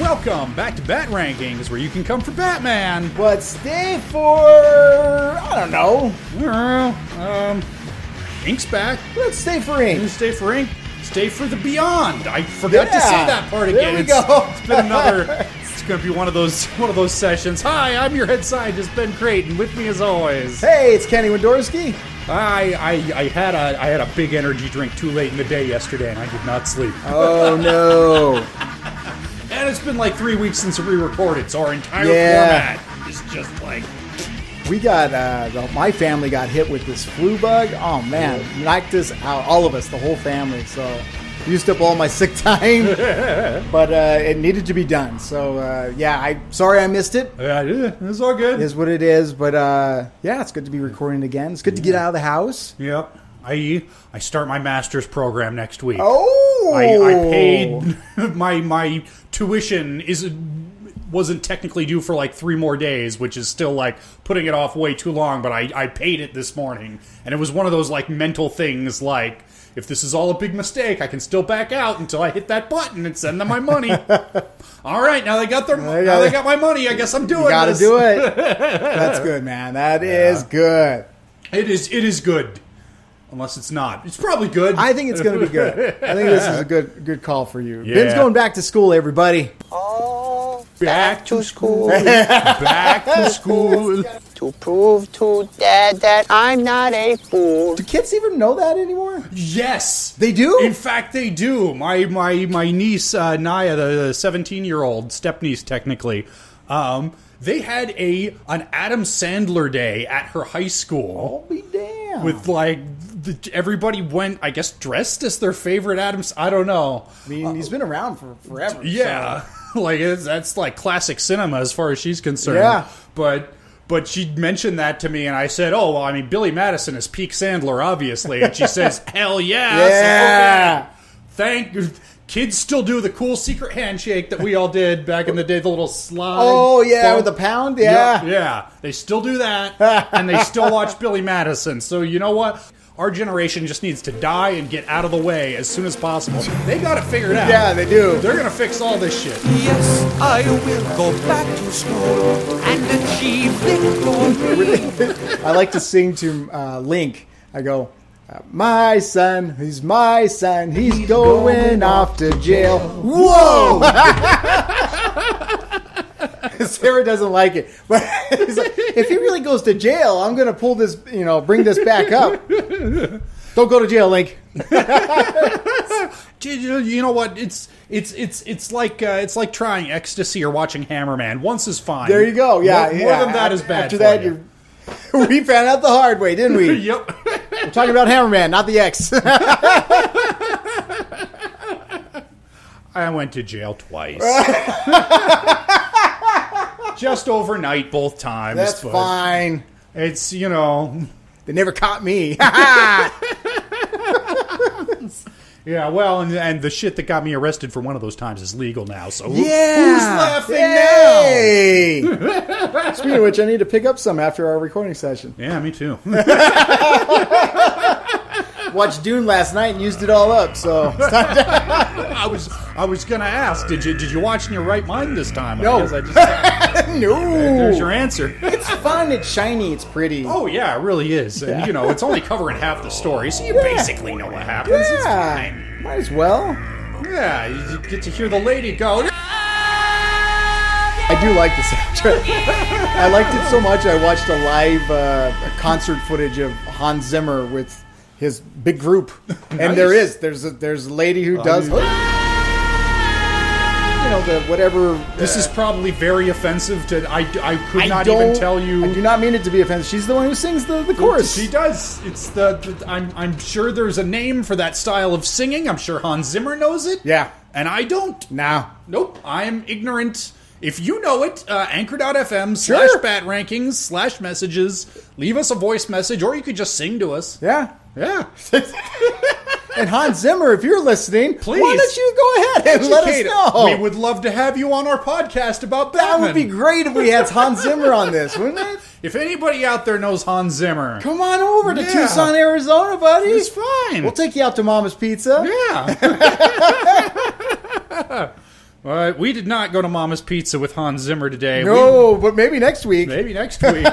Welcome back to Bat Rankings, where you can come for Batman. But stay for I don't know. Uh, um, Ink's back. Let's stay for Ink. Didn't stay for Ink. Stay for the Beyond. I forgot to say Yeah. that part There again. we It's- go. it's been another. It's going to be one of those one of those sessions. Hi, I'm your head scientist Ben Creighton. With me as always. Hey, it's Kenny Wendorski. I, I I had a I had a big energy drink too late in the day yesterday, and I did not sleep. Oh no. And it's been like three weeks since we recorded, so our entire Yeah. format is just like We got uh, the, my family got hit with this flu bug. Oh man, knocked us out, all of us, the whole family. So used up all my sick time, but uh, it needed to be done. So uh, yeah, I sorry I missed it. yeah, eh, it's all good. It Is what it is. But uh, yeah, it's good to be recording again. It's good to get out of the house. Yep. I I start my master's program next week. Oh, I, I paid my my tuition is wasn't technically due for like three more days, which is still like putting it off way too long. But I I paid it this morning, and it was one of those like mental things like. If this is all a big mistake, I can still back out until I hit that button and send them my money. all right, now they got their now they got my money. I guess I'm doing. Got to this. do it. That's good, man. That is good. It is it is good, unless it's not. It's probably good. I think it's going to be good. I think this is a good good call for you. Ben's Yeah. going back to school, everybody. all back to school back to school. to prove to dad that I'm not a fool. Do kids even know that anymore? Yes, They do? In fact, they do. My my my niece uh, Naya, the seventeen year old step niece, technically. Um, they had a an Adam Sandler day at her high school I'll be damned. with like the, everybody went, I guess, dressed as their favorite Adams. I don't know. I mean, he's been around for forever. Yeah, like it's, that's like classic cinema as far as she's concerned. Yeah. but but she mentioned that to me, and I said, "Oh well, I mean, Billy Madison is peak Sandler, obviously." And she says, "Hell yeah, I Yeah. said, "Okay." Thank kids still do the cool secret handshake that we all did back in the day, the little slide. Oh yeah, bump. with the pound. Yeah. Yeah, yeah. They still do that, and they still watch Billy Madison. So you know what? Our generation just needs to die and get out of the way as soon as possible. They got it figured out. Yeah, they do. They're gonna fix all this shit. Yes, I will go back to school and achieve victory. I like to sing to uh, Link. I go, uh, my son, he's my son. He's, going, off to jail. Whoa! Sarah doesn't like it, but he's like, if he really goes to jail, I'm gonna pull this, you know, bring this back up. Don't go to jail, Link. J- j- You know what? It's it's it's it's like uh, it's like trying ecstasy or watching Hammerman. Once is fine. There you go. Yeah, more, yeah. more than that is bad. After for that, you. you're. We found out the hard way, didn't we? yep. We're talking about Hammerman, not the X. I went to jail twice. Just overnight, both times. That's but fine. It's you know, They never caught me. yeah. Well, and and the shit that got me arrested for one of those times is legal now. So who- who's Yeah. laughing now? Speaking of which, I need to pick up some after our recording session. now? Yeah, me too. Watched Dune last night and used it all up, so it's time to- I was I was gonna ask, did you did you watch in your right mind this time? No. I guess I just, there's your no. answer. It's fun. It's shiny. It's pretty. Oh yeah, it really is. And you know, it's only covering half the story, so you Yeah. basically know what happens. It's yeah. fine. Might as well. Yeah, you you get to hear the lady go. I do like the soundtrack. I liked it so much. I watched a live uh, concert footage of Hans Zimmer with his big group, and there Nice. is there's a, there's a lady Oh, who does. You know the whatever. This is probably very offensive to I, I could I not don't- even tell you. I do not mean it to be offensive. She's the one who sings the, the chorus. She does. It's the, the- I'm I'm sure there's a name for that style of singing. I'm sure Hans Zimmer knows it. Yeah. And I don't. Now, Nope. I'm ignorant. If you know it, uh, anchor.fm slash Sure. bat rankings slash messages. Leave us a voice message, or you could just sing to us. yeah. Yeah. And Hans Zimmer, if you're listening, Please. why don't you go ahead and let us Educate know? We would love to have you on our podcast about that Batman. would be great if we had Hans Zimmer on this, wouldn't it? If anybody out there knows Hans Zimmer, Come on over to Yeah. Tucson, Arizona, buddy. it's fine. We'll take you out to Mama's Pizza. yeah. Uh, we did not go to Mama's Pizza with Hans Zimmer today. We- No, but maybe next week. maybe next week.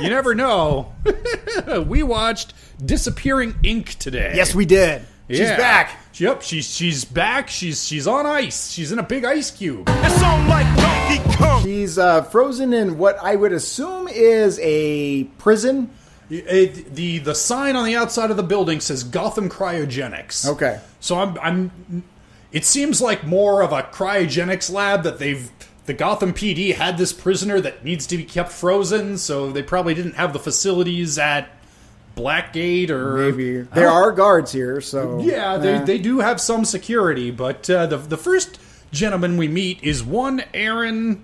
you never know. we watched Disappearing Ink today. Yes, we did. She's Yeah. back. Yep, she's she's back. She's she's on ice. She's in a big ice cube. It's on like Donkey Kong. She's uh, frozen in what I would assume is a prison. It, the the sign on the outside of the building says Gotham Cryogenics. Okay. So I'm I'm it seems like more of a cryogenics lab that they've the Gotham PD had this prisoner that needs to be kept frozen, so they probably didn't have the facilities at Blackgate or Maybe there are guards here, so Yeah, they, they do have some security, but uh, the the first gentleman we meet is one Aaron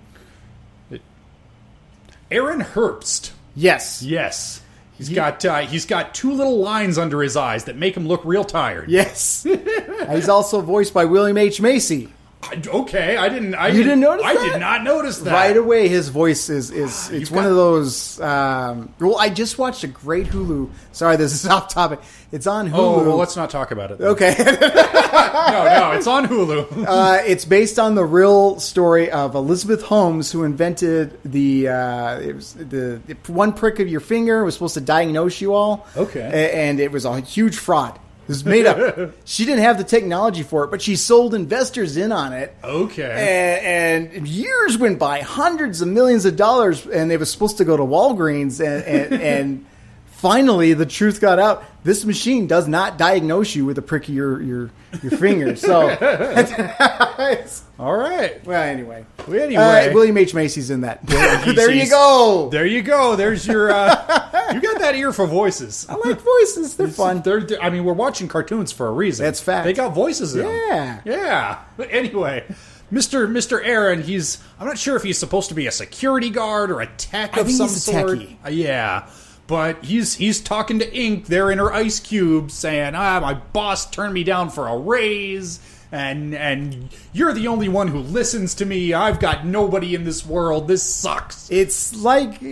Aaron Herbst. yes, Yes. He's got uh, he's got two little lines under his eyes that make him look real tired. yes. He's also voiced by William H Macy. I- okay, I didn't. I you didn't notice I that? did not notice that. Right away, his voice is is it's You've one got- of those. Um, well, I just watched a great Hulu. Sorry, this is off topic. It's on Hulu. Oh, well, let's not talk about it. then. okay. No, no, it's on Hulu. Uh, it's based on the real story of Elizabeth Holmes, who invented the uh, it was the, the one prick of your finger was supposed to diagnose you all. Okay. A- and it was a huge fraud. It was made up. she didn't have the technology for it, but she sold investors in on it. okay. And, and years went by, hundreds of millions of dollars, and it was supposed to go to Walgreens. And, and, and finally, the truth got out. This machine does not diagnose you with a prick of your, your, your finger. So, All right. well, anyway. Well, anyway, Uh, William H. Macy's in that. there you Macy's. go. there you go. There's your. Uh, you got that ear for voices. I like voices. They're fun. They're, I mean, we're watching cartoons for a reason. That's fact. They got voices in 'em. Yeah. Yeah. But Anyway, Mr. Mr. Aaron, he's I'm not sure if he's supposed to be a security guard or a tech I of think some he's a sort. techie. Uh, yeah. But he's he's talking to Ink there in her ice cube, saying, "Ah, my boss turned me down for a raise." And and you're the only one who listens to me. I've got nobody in this world. This sucks. It's like uh,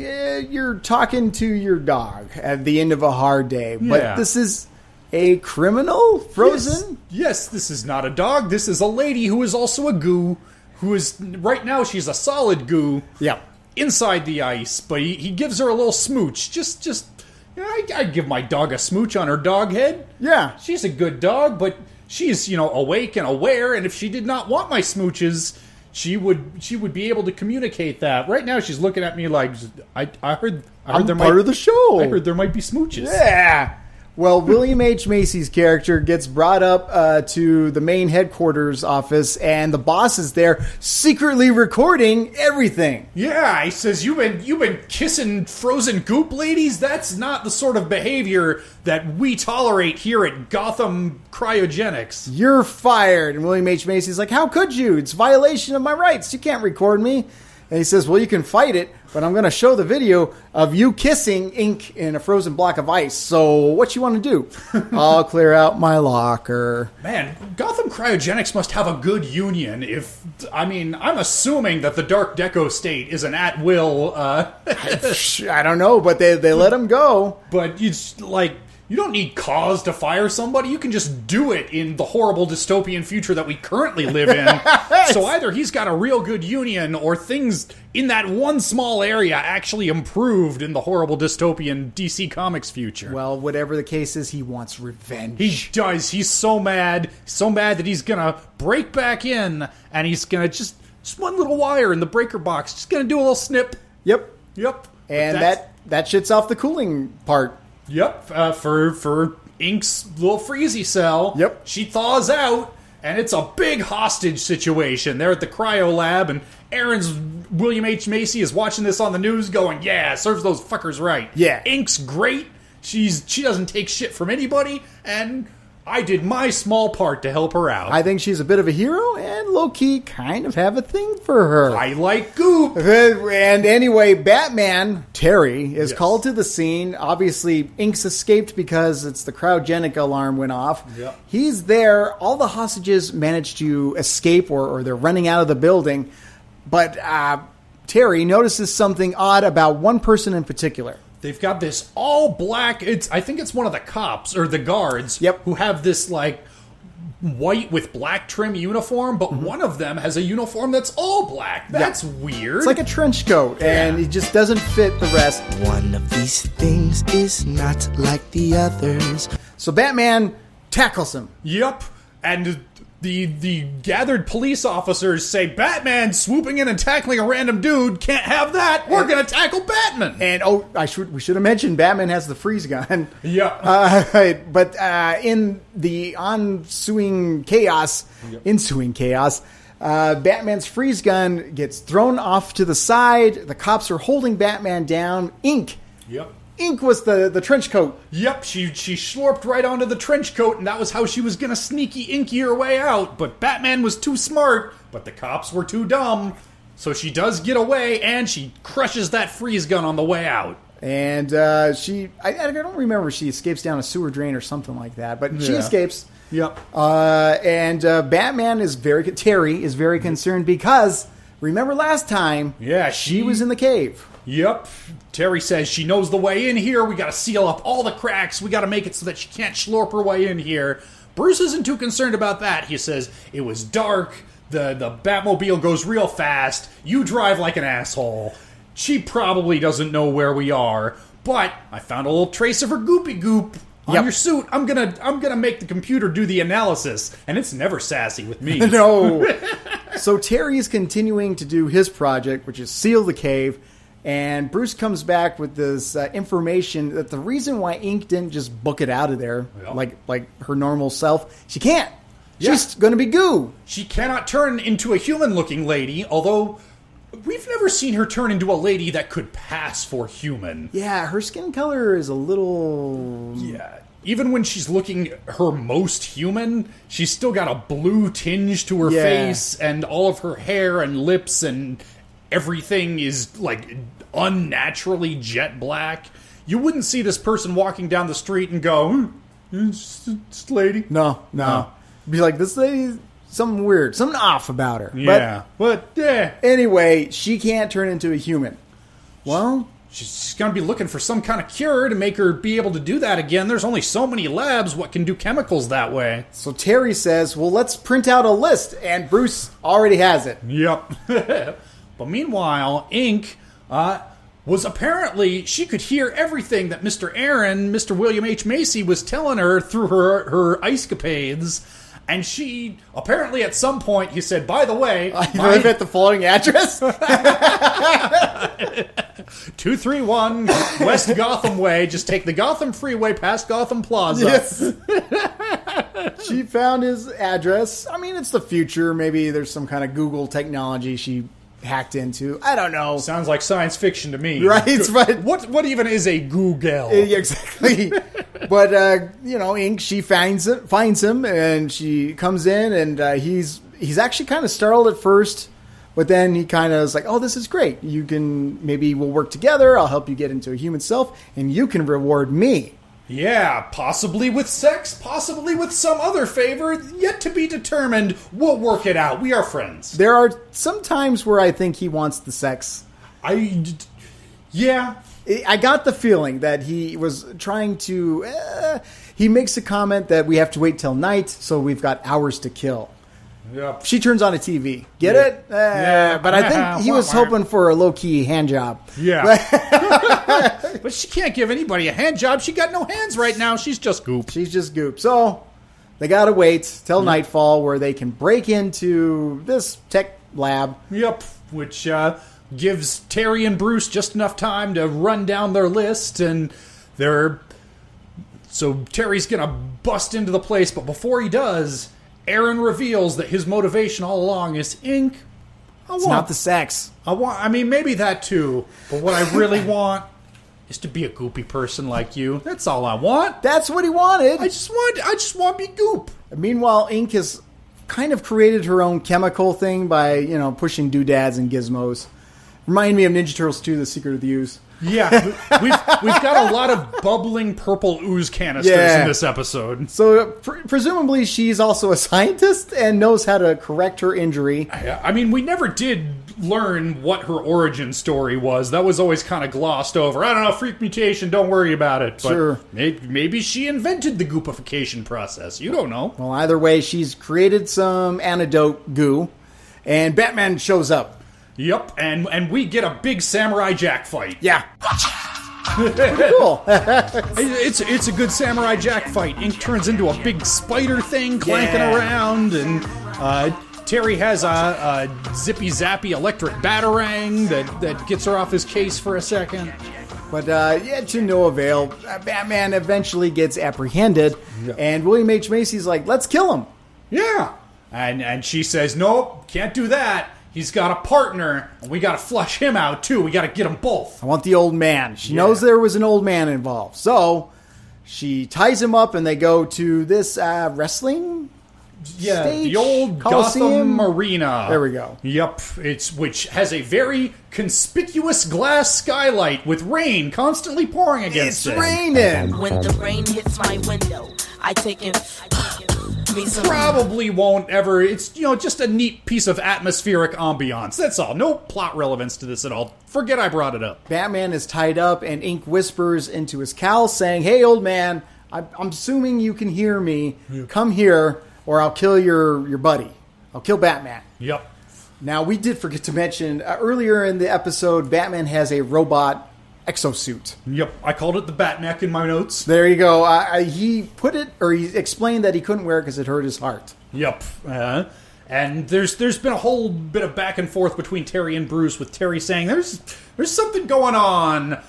you're talking to your dog at the end of a hard day. Yeah. But this is a criminal frozen? Yes, yes, this is not a dog. This is a lady who is also a goo, who is right now she's a solid goo. Yeah. Inside the ice, but he, he gives her a little smooch. Just, just, you know, I, I'd give my dog a smooch on her dog head. Yeah. She's a good dog, but she's you know awake and aware. And if she did not want my smooches, she would she would be able to communicate that. Right now, she's looking at me like I I heard I heard I'm there part might of the show. I heard there might be smooches. Yeah. Well, William H. Macy's character gets brought up uh, to the main headquarters office, and the boss is there secretly recording everything. Yeah, he says you've been you've been kissing frozen goop ladies. That's not the sort of behavior that we tolerate here at Gotham Cryogenics. You're fired. And William H. Macy's like, How could you? It's violation of my rights. You can't record me. And he says, Well, you can fight it, but I'm going to show the video of you kissing ink in a frozen block of ice. So, what you want to do? I'll clear out my locker. Man, Gotham Cryogenics must have a good union. If I mean, I'm assuming that the Dark Deco state is an at will. Uh, I don't know, but they, they let him go. but it's like you don't need cause to fire somebody. You can just do it in the horrible dystopian future that we currently live in. So either he's got a real good union or things in that one small area actually improved in the horrible dystopian DC Comics future. Well, whatever the case is, he wants revenge. he does. He's so mad, so mad that he's gonna break back in and he's gonna just just one little wire in the breaker box. Just gonna do a little snip. yep. Yep. But And that's- that, that shits off the cooling part. Yep, uh, for for Ink's little freezy cell. Yep. she thaws out, and it's a big hostage situation. They're at the cryo lab, and Aaron's William H Macy is watching this on the news, going, "Yeah, serves those fuckers right." Yeah. Ink's great. She's she doesn't take shit from anybody, and I did my small part to help her out. I think she's a bit of a hero, and low key kind of have a thing for her. I like goop. And anyway, Batman, Terry, is Yes. called to the scene. Obviously, Ink's escaped because it's the cryogenic alarm went off. Yep. He's there. All the hostages managed to escape or, or they're running out of the building. But uh, Terry notices something odd about one person in particular. They've got this all black. It's I think it's one of the cops or the guards. Yep. Who have this like white with black trim uniform, but Mm-hmm. one of them has a uniform that's all black. That's weird. It's like a trench coat, and Yeah. it just doesn't fit the rest. One of these things is not like the others. So Batman tackles him. Yep. And the the gathered police officers say Batman swooping in and tackling a random dude can't have that. We're gonna tackle Batman. And oh, I should we should have mentioned Batman has the freeze gun. Yep. Uh, but uh, in the ensuing chaos, ensuing chaos, uh, Batman's freeze gun gets thrown off to the side. The cops are holding Batman down. Ink, yep. Ink was the the trench coat. Yep, she she slurped right onto the trench coat, and that was how she was gonna sneaky inky her way out. But Batman was too smart, but the cops were too dumb. So she does get away, and she crushes that freeze gun on the way out. And uh, she, I, I don't remember, if she escapes down a sewer drain or something like that, but she Yeah. escapes. Yep. Uh, and uh, Batman is very, Terry is very concerned because remember last time, Yeah, she she- was in the cave. Yep. Terry says she knows the way in here. We gotta seal up all the cracks. We gotta make it so that she can't slurp her way in here. Bruce isn't too concerned about that. He says, It was dark. The, the Batmobile goes real fast. You drive like an asshole. She probably doesn't know where we are, but I found a little trace of her goopy goop on Yep. your suit. I'm gonna I'm gonna make the computer do the analysis, and it's never sassy with me. No. so Terry is continuing to do his project, which is seal the cave. And Bruce comes back with this uh, information that the reason why Ink didn't just book it out of there, Yeah. like like her normal self, she can't. Yeah. She's going to be goo. She cannot turn into a human looking lady, although we've never seen her turn into a lady that could pass for human. Yeah, her skin color is a little. Yeah. Even when she's looking her most human, she's still got a blue tinge to her Yeah. face, and all of her hair and lips and everything is like unnaturally jet black. You wouldn't see this person walking down the street and go, "Hmm, it's, it's lady. No, no. Be like, this lady, something weird, something off about her. Yeah. But, yeah. But anyway, she can't turn into a human. Well, She's going to be looking for some kind of cure to make her be able to do that again. There's only so many labs what can do chemicals that way. so Terry says, well, let's print out a list. And Bruce already has it. Yep. but meanwhile, Ink uh, was apparently she could hear everything that Mr. Aaron, Mr. William H. Macy was telling her through her her escapades. And she apparently at some point he said, "By the way, I live my at the following address. two three one West Gotham Way. Just take the Gotham Freeway past Gotham Plaza." she found his address. I mean, it's the future. Maybe there's some kind of Google technology she hacked into. I don't know. Sounds like science fiction to me, Right, right. What what even is a Google? Yeah, exactly. but uh, you know, Ink she finds it, finds him, and she comes in, and uh, he's he's actually kind of startled at first, but then he kind of is like, "Oh, this is great. You can maybe we'll work together. I'll help you get into a human self, and you can reward me." Yeah, possibly with sex, possibly with some other favor, yet to be determined. We'll work it out. We are friends. There are some times where I think he wants the sex. I. Yeah. I- I got the feeling that he was trying to. Uh, he makes a comment that we have to wait till night, so we've got hours to kill. Yep. she turns on a TV. Get it? Uh, Yeah. But I think he was hoping for a low key hand job. Yeah. but she can't give anybody a hand job. She got no hands right now. She's just goop. She's just goop. So they gotta wait till nightfall where they can break into this tech lab. Yep. Which uh, gives Terry and Bruce just enough time to run down their list, and they're. So Terry's gonna bust into the place, but before he does, Aaron reveals that his motivation all along is ink. I It's not the sex. I want. I mean, maybe that too. But what I really want is to be a goopy person like you. That's all I want. That's what he wanted. I just want. I just want to be goop. Meanwhile, Ink has kind of created her own chemical thing by, you know, pushing doodads and gizmos. Remind me of Ninja Turtles 2 The Secret of the Ooze. Yeah, we've we've got a lot of bubbling purple ooze canisters Yeah. in this episode. So pre- presumably she's also a scientist and knows how to correct her injury. Yeah, I mean, we never did learn what her origin story was. That was always kind of glossed over. I don't know, freak mutation. Don't worry about it. But Sure. may- maybe she invented the goopification process. You don't know. Well, either way, she's created some antidote goo, and Batman shows up. Yep, and and we get a big samurai jack fight. Yeah. cool. It- It's it's a good samurai jack fight. Ink turns into a big spider thing clanking Yeah. around, and uh, Terry has a, a zippy zappy electric batarang that that gets her off his case for a second. But uh, yeah, to no avail. Uh, Batman eventually gets apprehended, and William H. Macy's like, let's kill him. Yeah, and and she says, nope, can't do that. He's got a partner, and we got to flush him out too. We got to get them both. I want the old man. She knows there was an old man involved. So she ties him up, and they go to this uh, wrestling Yeah, Stage the old Coliseum? Gotham Arena. There we go. Yep, it's which has a very conspicuous glass skylight with rain constantly pouring It's against it. raining. When the rain hits my window, I take in me some. Probably won't ever. It's you know just a neat piece of atmospheric ambiance. That's all. No plot relevance to this at all. Forget I brought it up. Batman is tied up, and Ink whispers into his cowl, saying, "Hey, old man, I'm, I'm assuming you can hear me. Come here, or I'll kill your your buddy. I'll kill Batman." Yep. Now we did forget to mention uh, earlier in the episode, Batman has a robot exosuit. Yep. I called it the Batneck in my notes. There you go. I, I, he put it, or he explained that he couldn't wear it because it hurt his heart. Yep. Uh, and there's there's been a whole bit of back and forth between Terry and Bruce, with Terry saying there's there's something going on.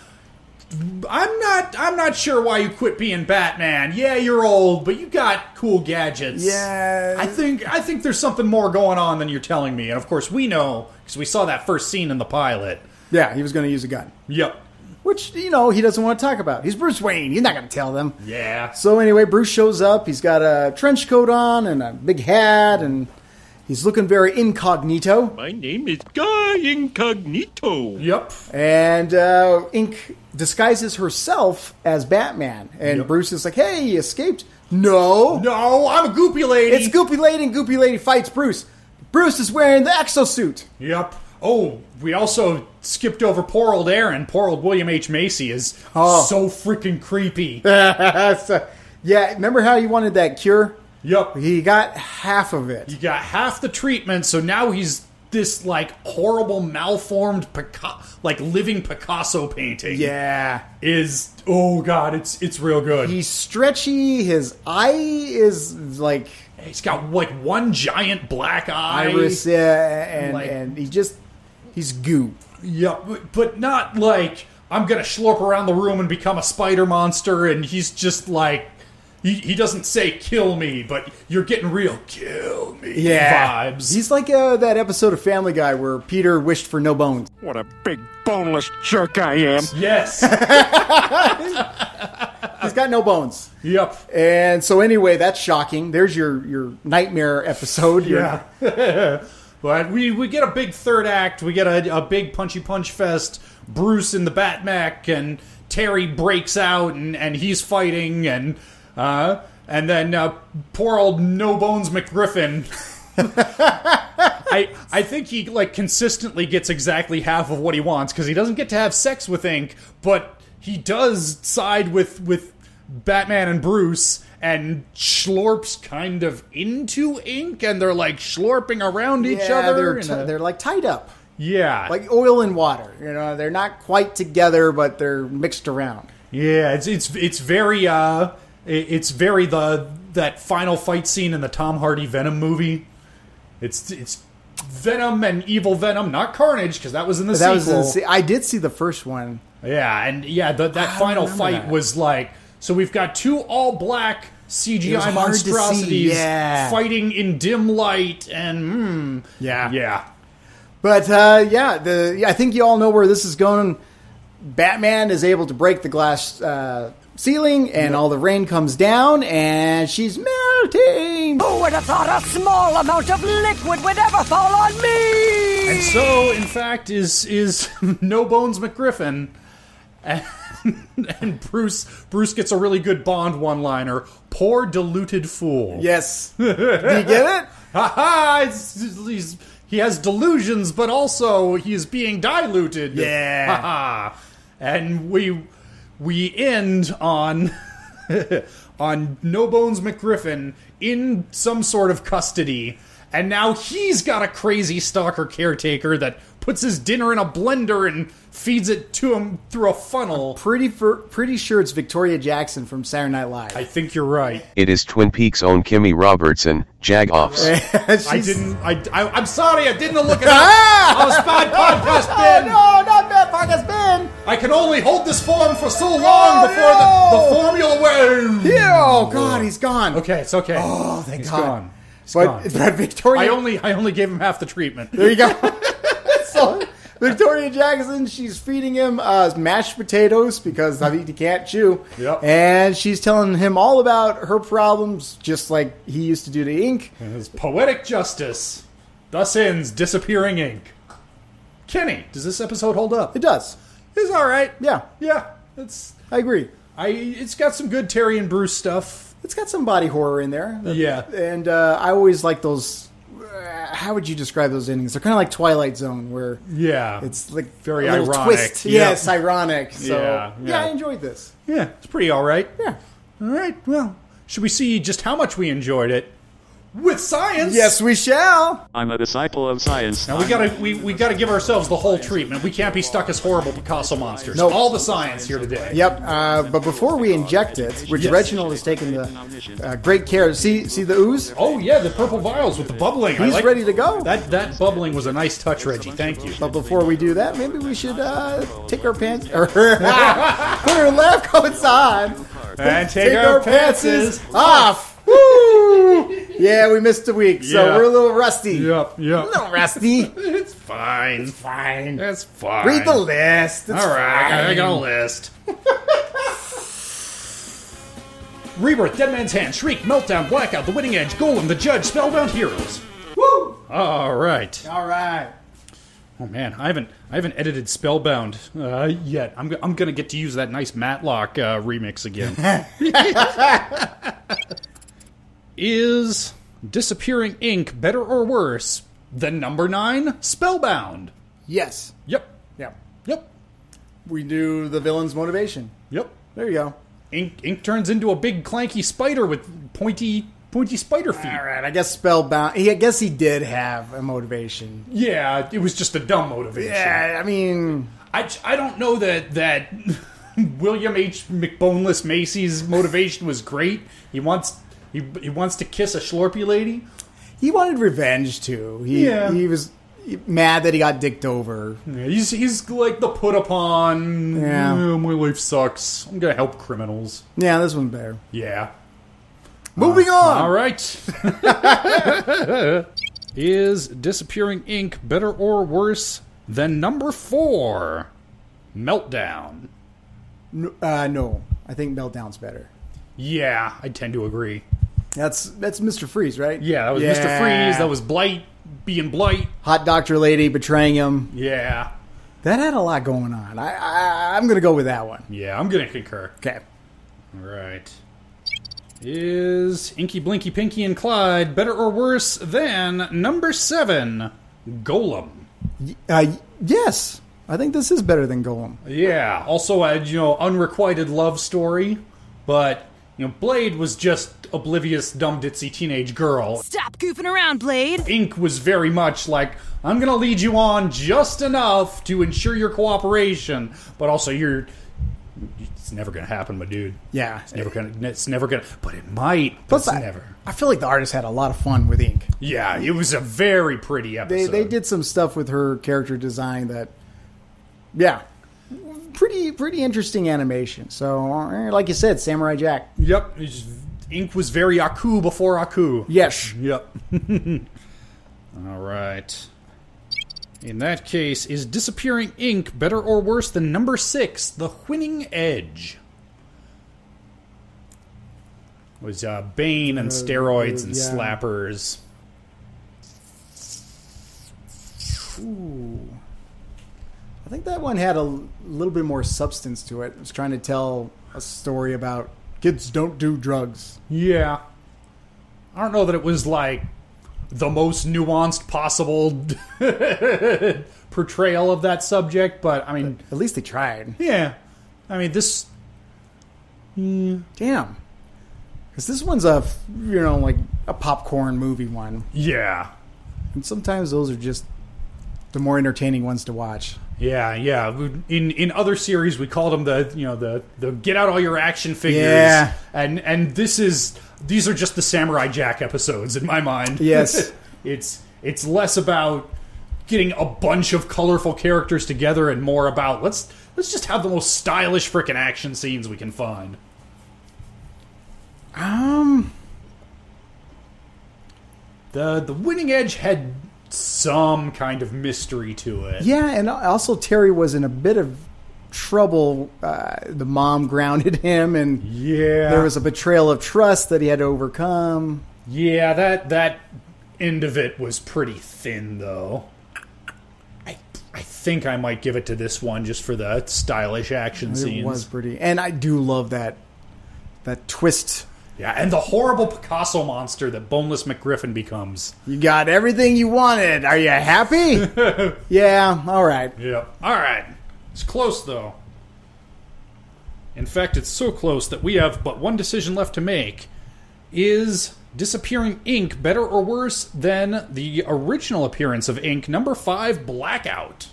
I'm not I'm not sure why you quit being Batman. Yeah, you're old, but you got cool gadgets. Yeah. I think I think there's something more going on than you're telling me. And of course, we know because we saw that first scene in the pilot. Yeah, he was going to use a gun, Yep. which you know he doesn't want to talk about. He's Bruce Wayne. He's not going to tell them. Yeah. So anyway, Bruce shows up. He's got a trench coat on and a big hat, and he's looking very incognito. My name is Guy Incognito. Yep. And uh, Ink disguises herself as Batman, and Yep. Bruce is like, "Hey, you escaped? No, No, I'm a goopy lady. It's Goopy Lady, and Goopy Lady fights Bruce. Bruce is wearing the exosuit. Yep. Oh, we also skipped over poor old Aaron. Poor old William H. Macy is Oh. so freaking creepy. Uh, So, yeah, remember how you wanted that cure? yep. He He got half of it. got half the treatment, so now he's this like horrible malformed Pica- like living Picasso painting. Yeah. Is oh god, it's it's real good. He's stretchy. His eye is like He's got like one giant black eye. iris, yeah, and, like- and he just, he's goo. Yeah, but, but not like I'm gonna slurp around the room and become a spider monster. And he's just like, he, he doesn't say "kill me," but you're getting real "kill me" vibes. He's like uh, that episode of Family Guy where Peter wished for no bones. What a big boneless jerk I am. yes, He's got no bones. yep, And so anyway, that's shocking. There's your, your nightmare episode. Your- yeah. but we we get a big third act. We get a, a big punchy punch fest. Bruce in the Batmac and Terry breaks out and and he's fighting and uh and then uh, poor old no bones McGriffin. I I think he like consistently gets exactly half of what he wants because he doesn't get to have sex with Ink, but he does side with with Batman and Bruce. And Schlorp's kind of into Ink, and they're like schlorping around each Yeah, other. They're, in ti- a- they're like tied up, yeah, like oil and water. You know, they're not quite together, but they're mixed around. yeah. It's it's it's very uh, it- it's very the that final fight scene in the Tom Hardy Venom movie. It's it's Venom and evil Venom, not Carnage, because that was in the That was sequel. insane. I did see the first one. Yeah, and yeah, the, that final remember fight that. was like so we've got two all black It was CGI hard to see, monstrosities yeah. fighting in dim light, and mm, yeah, But uh, yeah, the yeah, I think you all know where this is going. Batman is able to break the glass uh, ceiling, and all the rain comes down, and she's melting. Oh. Who would have thought a small amount of liquid would ever fall on me? and so in fact is is No Bones McGriffin, And, and Bruce Bruce gets a really good Bond one-liner. Poor deluded fool. Yes. Do you get it? Ha ha! It's- it's- He's, he has delusions, but also he is being diluted. Yeah. Ha ha! And we we end on on No Bones McGriffin in some sort of custody, and now he's got a crazy stalker caretaker that puts his dinner in a blender and feeds it to him through a funnel. Pretty for, pretty sure it's Victoria Jackson from Saturday Night Live. I think you're right. It is Twin Peaks' own Kimmy Robertson, Jagoffs. I She's- didn't. I, I. am sorry. I didn't look it up. Ah! I was bad podcast Ben. Oh, no, not bad podcast Ben. I can only hold this form for so long Oh, before no! the, the formula waves. Yeah, oh God, he's gone. Okay, it's okay. Oh, thank He's God. gone. He's But, gone. but Victoria, I only I only gave him half the treatment. there you go. so Victoria Jackson, she's feeding him uh, mashed potatoes because I mean, he can't chew. Yep. And she's telling him all about her problems, just like he used to do to Ink. It's poetic justice. Thus ends disappearing ink. Kenny, does this episode hold up? It does. It's all right. Yeah, yeah. It's I agree. I. It's got some good Terry and Bruce stuff. It's got some body horror in there. Yeah. And uh, I always like those. Uh, how would you describe those endings? They're kind of like Twilight Zone, where Yeah. it's like Very a little ironic. Twist. Yep. Yes, ironic. So Yeah, yeah, yeah. I enjoyed this. yeah. It's pretty all right. Yeah. All right. Well, should we see just how much we enjoyed it with science? Yes, we shall. I'm a disciple of science. Now we gotta we, we gotta give ourselves the whole treatment. We can't be stuck as horrible Picasso monsters. Nope. All the science here today. Yep. Uh, but before we inject it, which Yes. Reginald has taken the uh, great care. of- See, see the ooze. Oh yeah, the purple vials with the bubbling. I He's like- ready to go. That that bubbling was a nice touch, Reggie. Thank you. But before we do that, maybe we should uh, take our pants or put our lab coats on. And Ah! take, off. Woo! Yeah, we missed a week, so Yeah. we're a little rusty. Yep, yep. A little rusty. It's fine. It's fine. It's fine. Read the list. It's All right, I got, I got a list. Rebirth, Dead Man's Hand, Shriek, Meltdown, Blackout, The Winning Edge, Golem, The Judge, Spellbound Heroes. Woo! All right. All right. Oh man, I haven't I haven't edited Spellbound uh, yet. I'm, go- I'm gonna get to use that nice Matlock uh, remix again. Is disappearing ink better or worse than number nine Spellbound? Yes. Yep, Yeah. yep, We knew the villain's motivation. yep. There you go. Ink ink turns into a big clanky spider with pointy pointy spider feet. All right. I guess spellbound. He, I guess he did have a motivation. Yeah, it was just a dumb motivation. Yeah. I mean, I, I don't know that that William H. McBoneless Macy's motivation was great. He wants he, he wants to kiss a Schlorpy lady. he wanted revenge too. He, Yeah. Hmm. He was mad that he got dicked over. He's he's like the put upon. Yeah. my life sucks. I'm gonna help criminals. Yeah. This one's better. Yeah. Uh, Moving on. All right. Is disappearing ink better or worse than number four? Meltdown. N- Uh, no, I think meltdown's better. Yeah, I tend to agree. That's that's Mr. Freeze, right? Yeah, that was Mr. Freeze. That was Blight being Blight. hot doctor lady betraying him. Yeah. That had a lot going on. I, I I'm gonna go with that one. Yeah, I'm gonna concur. Okay. Right. Is Inky Blinky Pinky and Clyde better or worse than number seven, Golem? Uh, yes, I think this is better than Golem. Yeah. Also, a you know unrequited love story, but you know Blade was just oblivious, dumb ditzy teenage girl. Stop goofing around, Blade. Ink was very much like I'm gonna lead you on just enough to ensure your cooperation, but also you're. It's never gonna happen, my dude. Yeah. It's never gonna. It's never gonna. But it might. But Plus, it's I, never. I feel like the artist had a lot of fun with ink. Yeah, it was a very pretty They episode. they did some stuff with her character design that, yeah, pretty pretty interesting animation. So, eh, like you said, Samurai Jack. Yep. it's just- Ink was very Aku before Aku. Yes. Yep. All right. In that case, is disappearing ink better or worse than number six, the winning edge? It was uh, Bane and steroids and yeah. slappers. Ooh. I think that one had a l- little bit more substance to it. It was trying to tell a story about kids don't do drugs. Yeah. I don't know that it was like the most nuanced possible portrayal of that subject, but I mean, At least they tried. yeah. I mean, this Damn. Because this one's a, f- you know, like a popcorn movie one. yeah. And sometimes those are just the more entertaining ones to watch. Yeah, yeah. In in other series, we called them the you know the the get out all your action figures. Yeah. and and this is these are just the Samurai Jack episodes in my mind. Yes. it's it's less about getting a bunch of colorful characters together and more about let's let's just have the most stylish freaking action scenes we can find. Um, the The Winning Edge had some kind of mystery to it. yeah, and also Terry was in a bit of trouble. Uh, the mom grounded him, and yeah. there was a betrayal of trust that he had to overcome. Yeah, that that end of it was pretty thin, though. I I think I might give it to this one just for the stylish action It scenes. was pretty, and I do love that that twist. Yeah, and the horrible Picasso monster that Boneless McGriffin becomes. You got everything you wanted. Are you happy? yeah. All right. Yep. All right, it's close though. In fact, it's so close that we have but one decision left to make: is disappearing ink better or worse than the original appearance of ink number five blackout?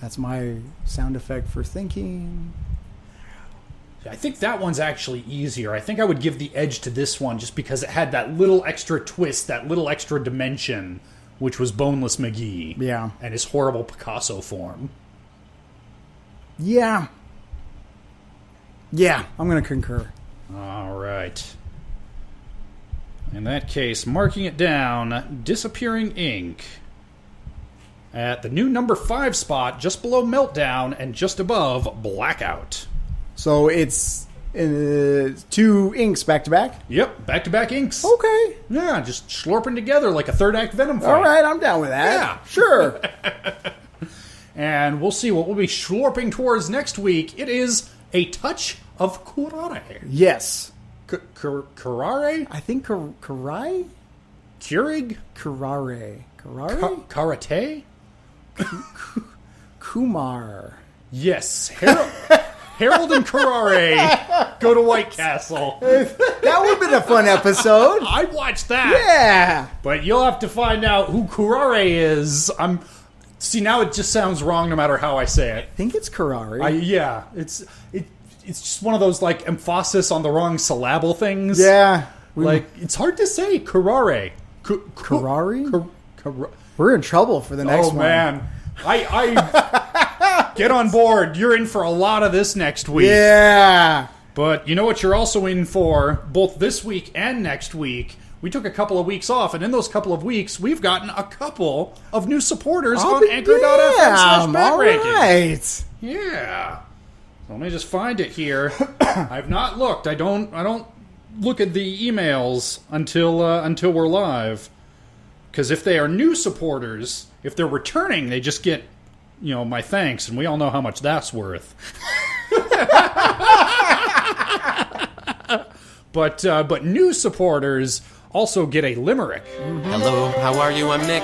That's my sound effect for thinking. I think that one's actually easier. I think I would give the edge to this one just because it had that little extra twist, that little extra dimension, which was Boneless McGee. Yeah. And his horrible Picasso form. Yeah. Yeah. I'm gonna concur. All right. In that case, marking it down, Disappearing Ink. At the new number five spot, just below Meltdown and just above Blackout. So it's uh, two inks back to back. Yep, back to back inks. Okay. Yeah, just slurping together like a third act Venom fight. All right. I'm down with that. Yeah. Sure. and we'll see what we'll be slurping towards next week. It is a touch of curare. yes. K- cur- curare? I think Kar- Karai? Keurig? Karare. Karare? Ka- karate? Kumar. Yes. Har- Harold and Curare go to White Castle. That would have been a fun episode. I watched that. Yeah. But you'll have to find out who Curare is. I'm. See, now it just sounds wrong no matter how I say it. I think it's Karari. I, yeah, it's it, it's just one of those like emphasis on the wrong syllable things. yeah. We- Like it's hard to say Carrare. Cu- cu- Carrari? Car- Carra- we're in trouble for the next oh one. man, I I get on board. You're in for a lot of this next week. Yeah. But you know what? You're also in for both this week and next week. We took a couple of weeks off, and in those couple of weeks, we've gotten a couple of new supporters I'll on be Anchor.fm slash damn. Oh, All Backranking. right. Yeah. So let me just find it here. I've not looked. I don't. I don't look at the emails until uh, until we're live. Because if they are new supporters, if they're returning, they just get you know my thanks, and we all know how much that's worth. but uh, but new supporters also get a limerick. Hello, how are you? I'm Nick,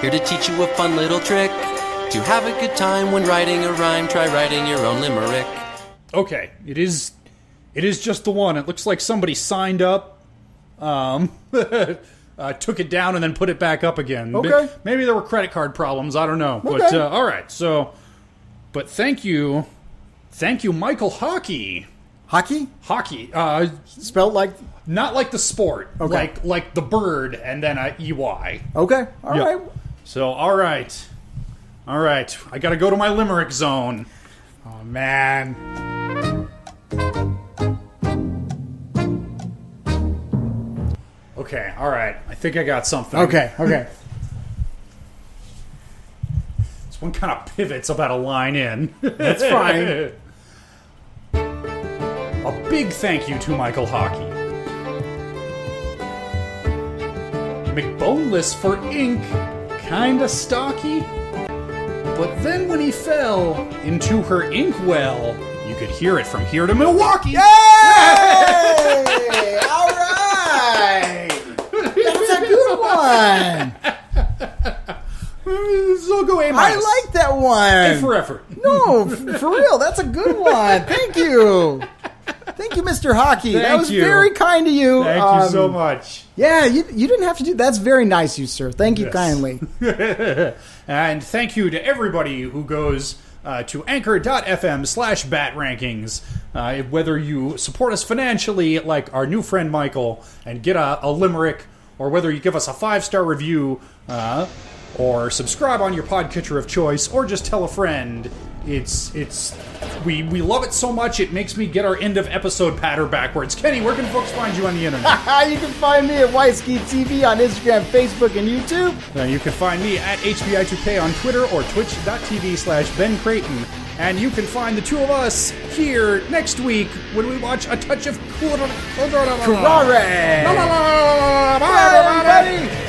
here to teach you a fun little trick. To have a good time when writing a rhyme, try writing your own limerick. Okay, it is. It is just the one. It looks like somebody signed up, um, uh, took it down and then put it back up again. May- Okay. Maybe there were credit card problems. I don't know. But Okay. uh, all right. So, but thank you, thank you, Michael Hockey. Hockey? Hockey, uh, Spelled like. not like the sport, Okay. like like the bird, and then a ey. Okay. All right. Yeah. So all right, all right. I got to go to my limerick zone. Oh man. Okay, all right. I think I got something. Okay. Okay. This one kind of pivots about a line in. That's fine. a big thank you to Michael Hockey. McBoneless for ink, kinda stocky. But then when he fell into her inkwell, you could hear it from here to Milwaukee. Hey! All right! That's a good one! So go A I minus. like that one! A for effort. No, Oh, f- for real, that's a good one. Thank you. Thank you, Mr. Hockey. that Thank was you. very kind of you. Thank you Um, so much. Yeah, you, you didn't have to do That's very nice of you, sir. Thank you Yes. kindly. And thank you to everybody who goes uh, to anchor.fm slash bat rankings. Uh, whether you support us financially, like our new friend Michael, and get a, a limerick, or whether you give us a five star review, uh, or subscribe on your podcatcher of choice, or just tell a friend. It's it's we we love it so much it makes me get our end of episode patter backwards. Kenny, where can folks find you on the internet? you can find me at Whiskey TV on Instagram, Facebook, and YouTube. Uh, you can find me at HBI2K on Twitter or twitch.tv slash Ben Creighton. And you can find the two of us here next week when we watch A Touch of Kurara. Ferrari! Bye, everybody!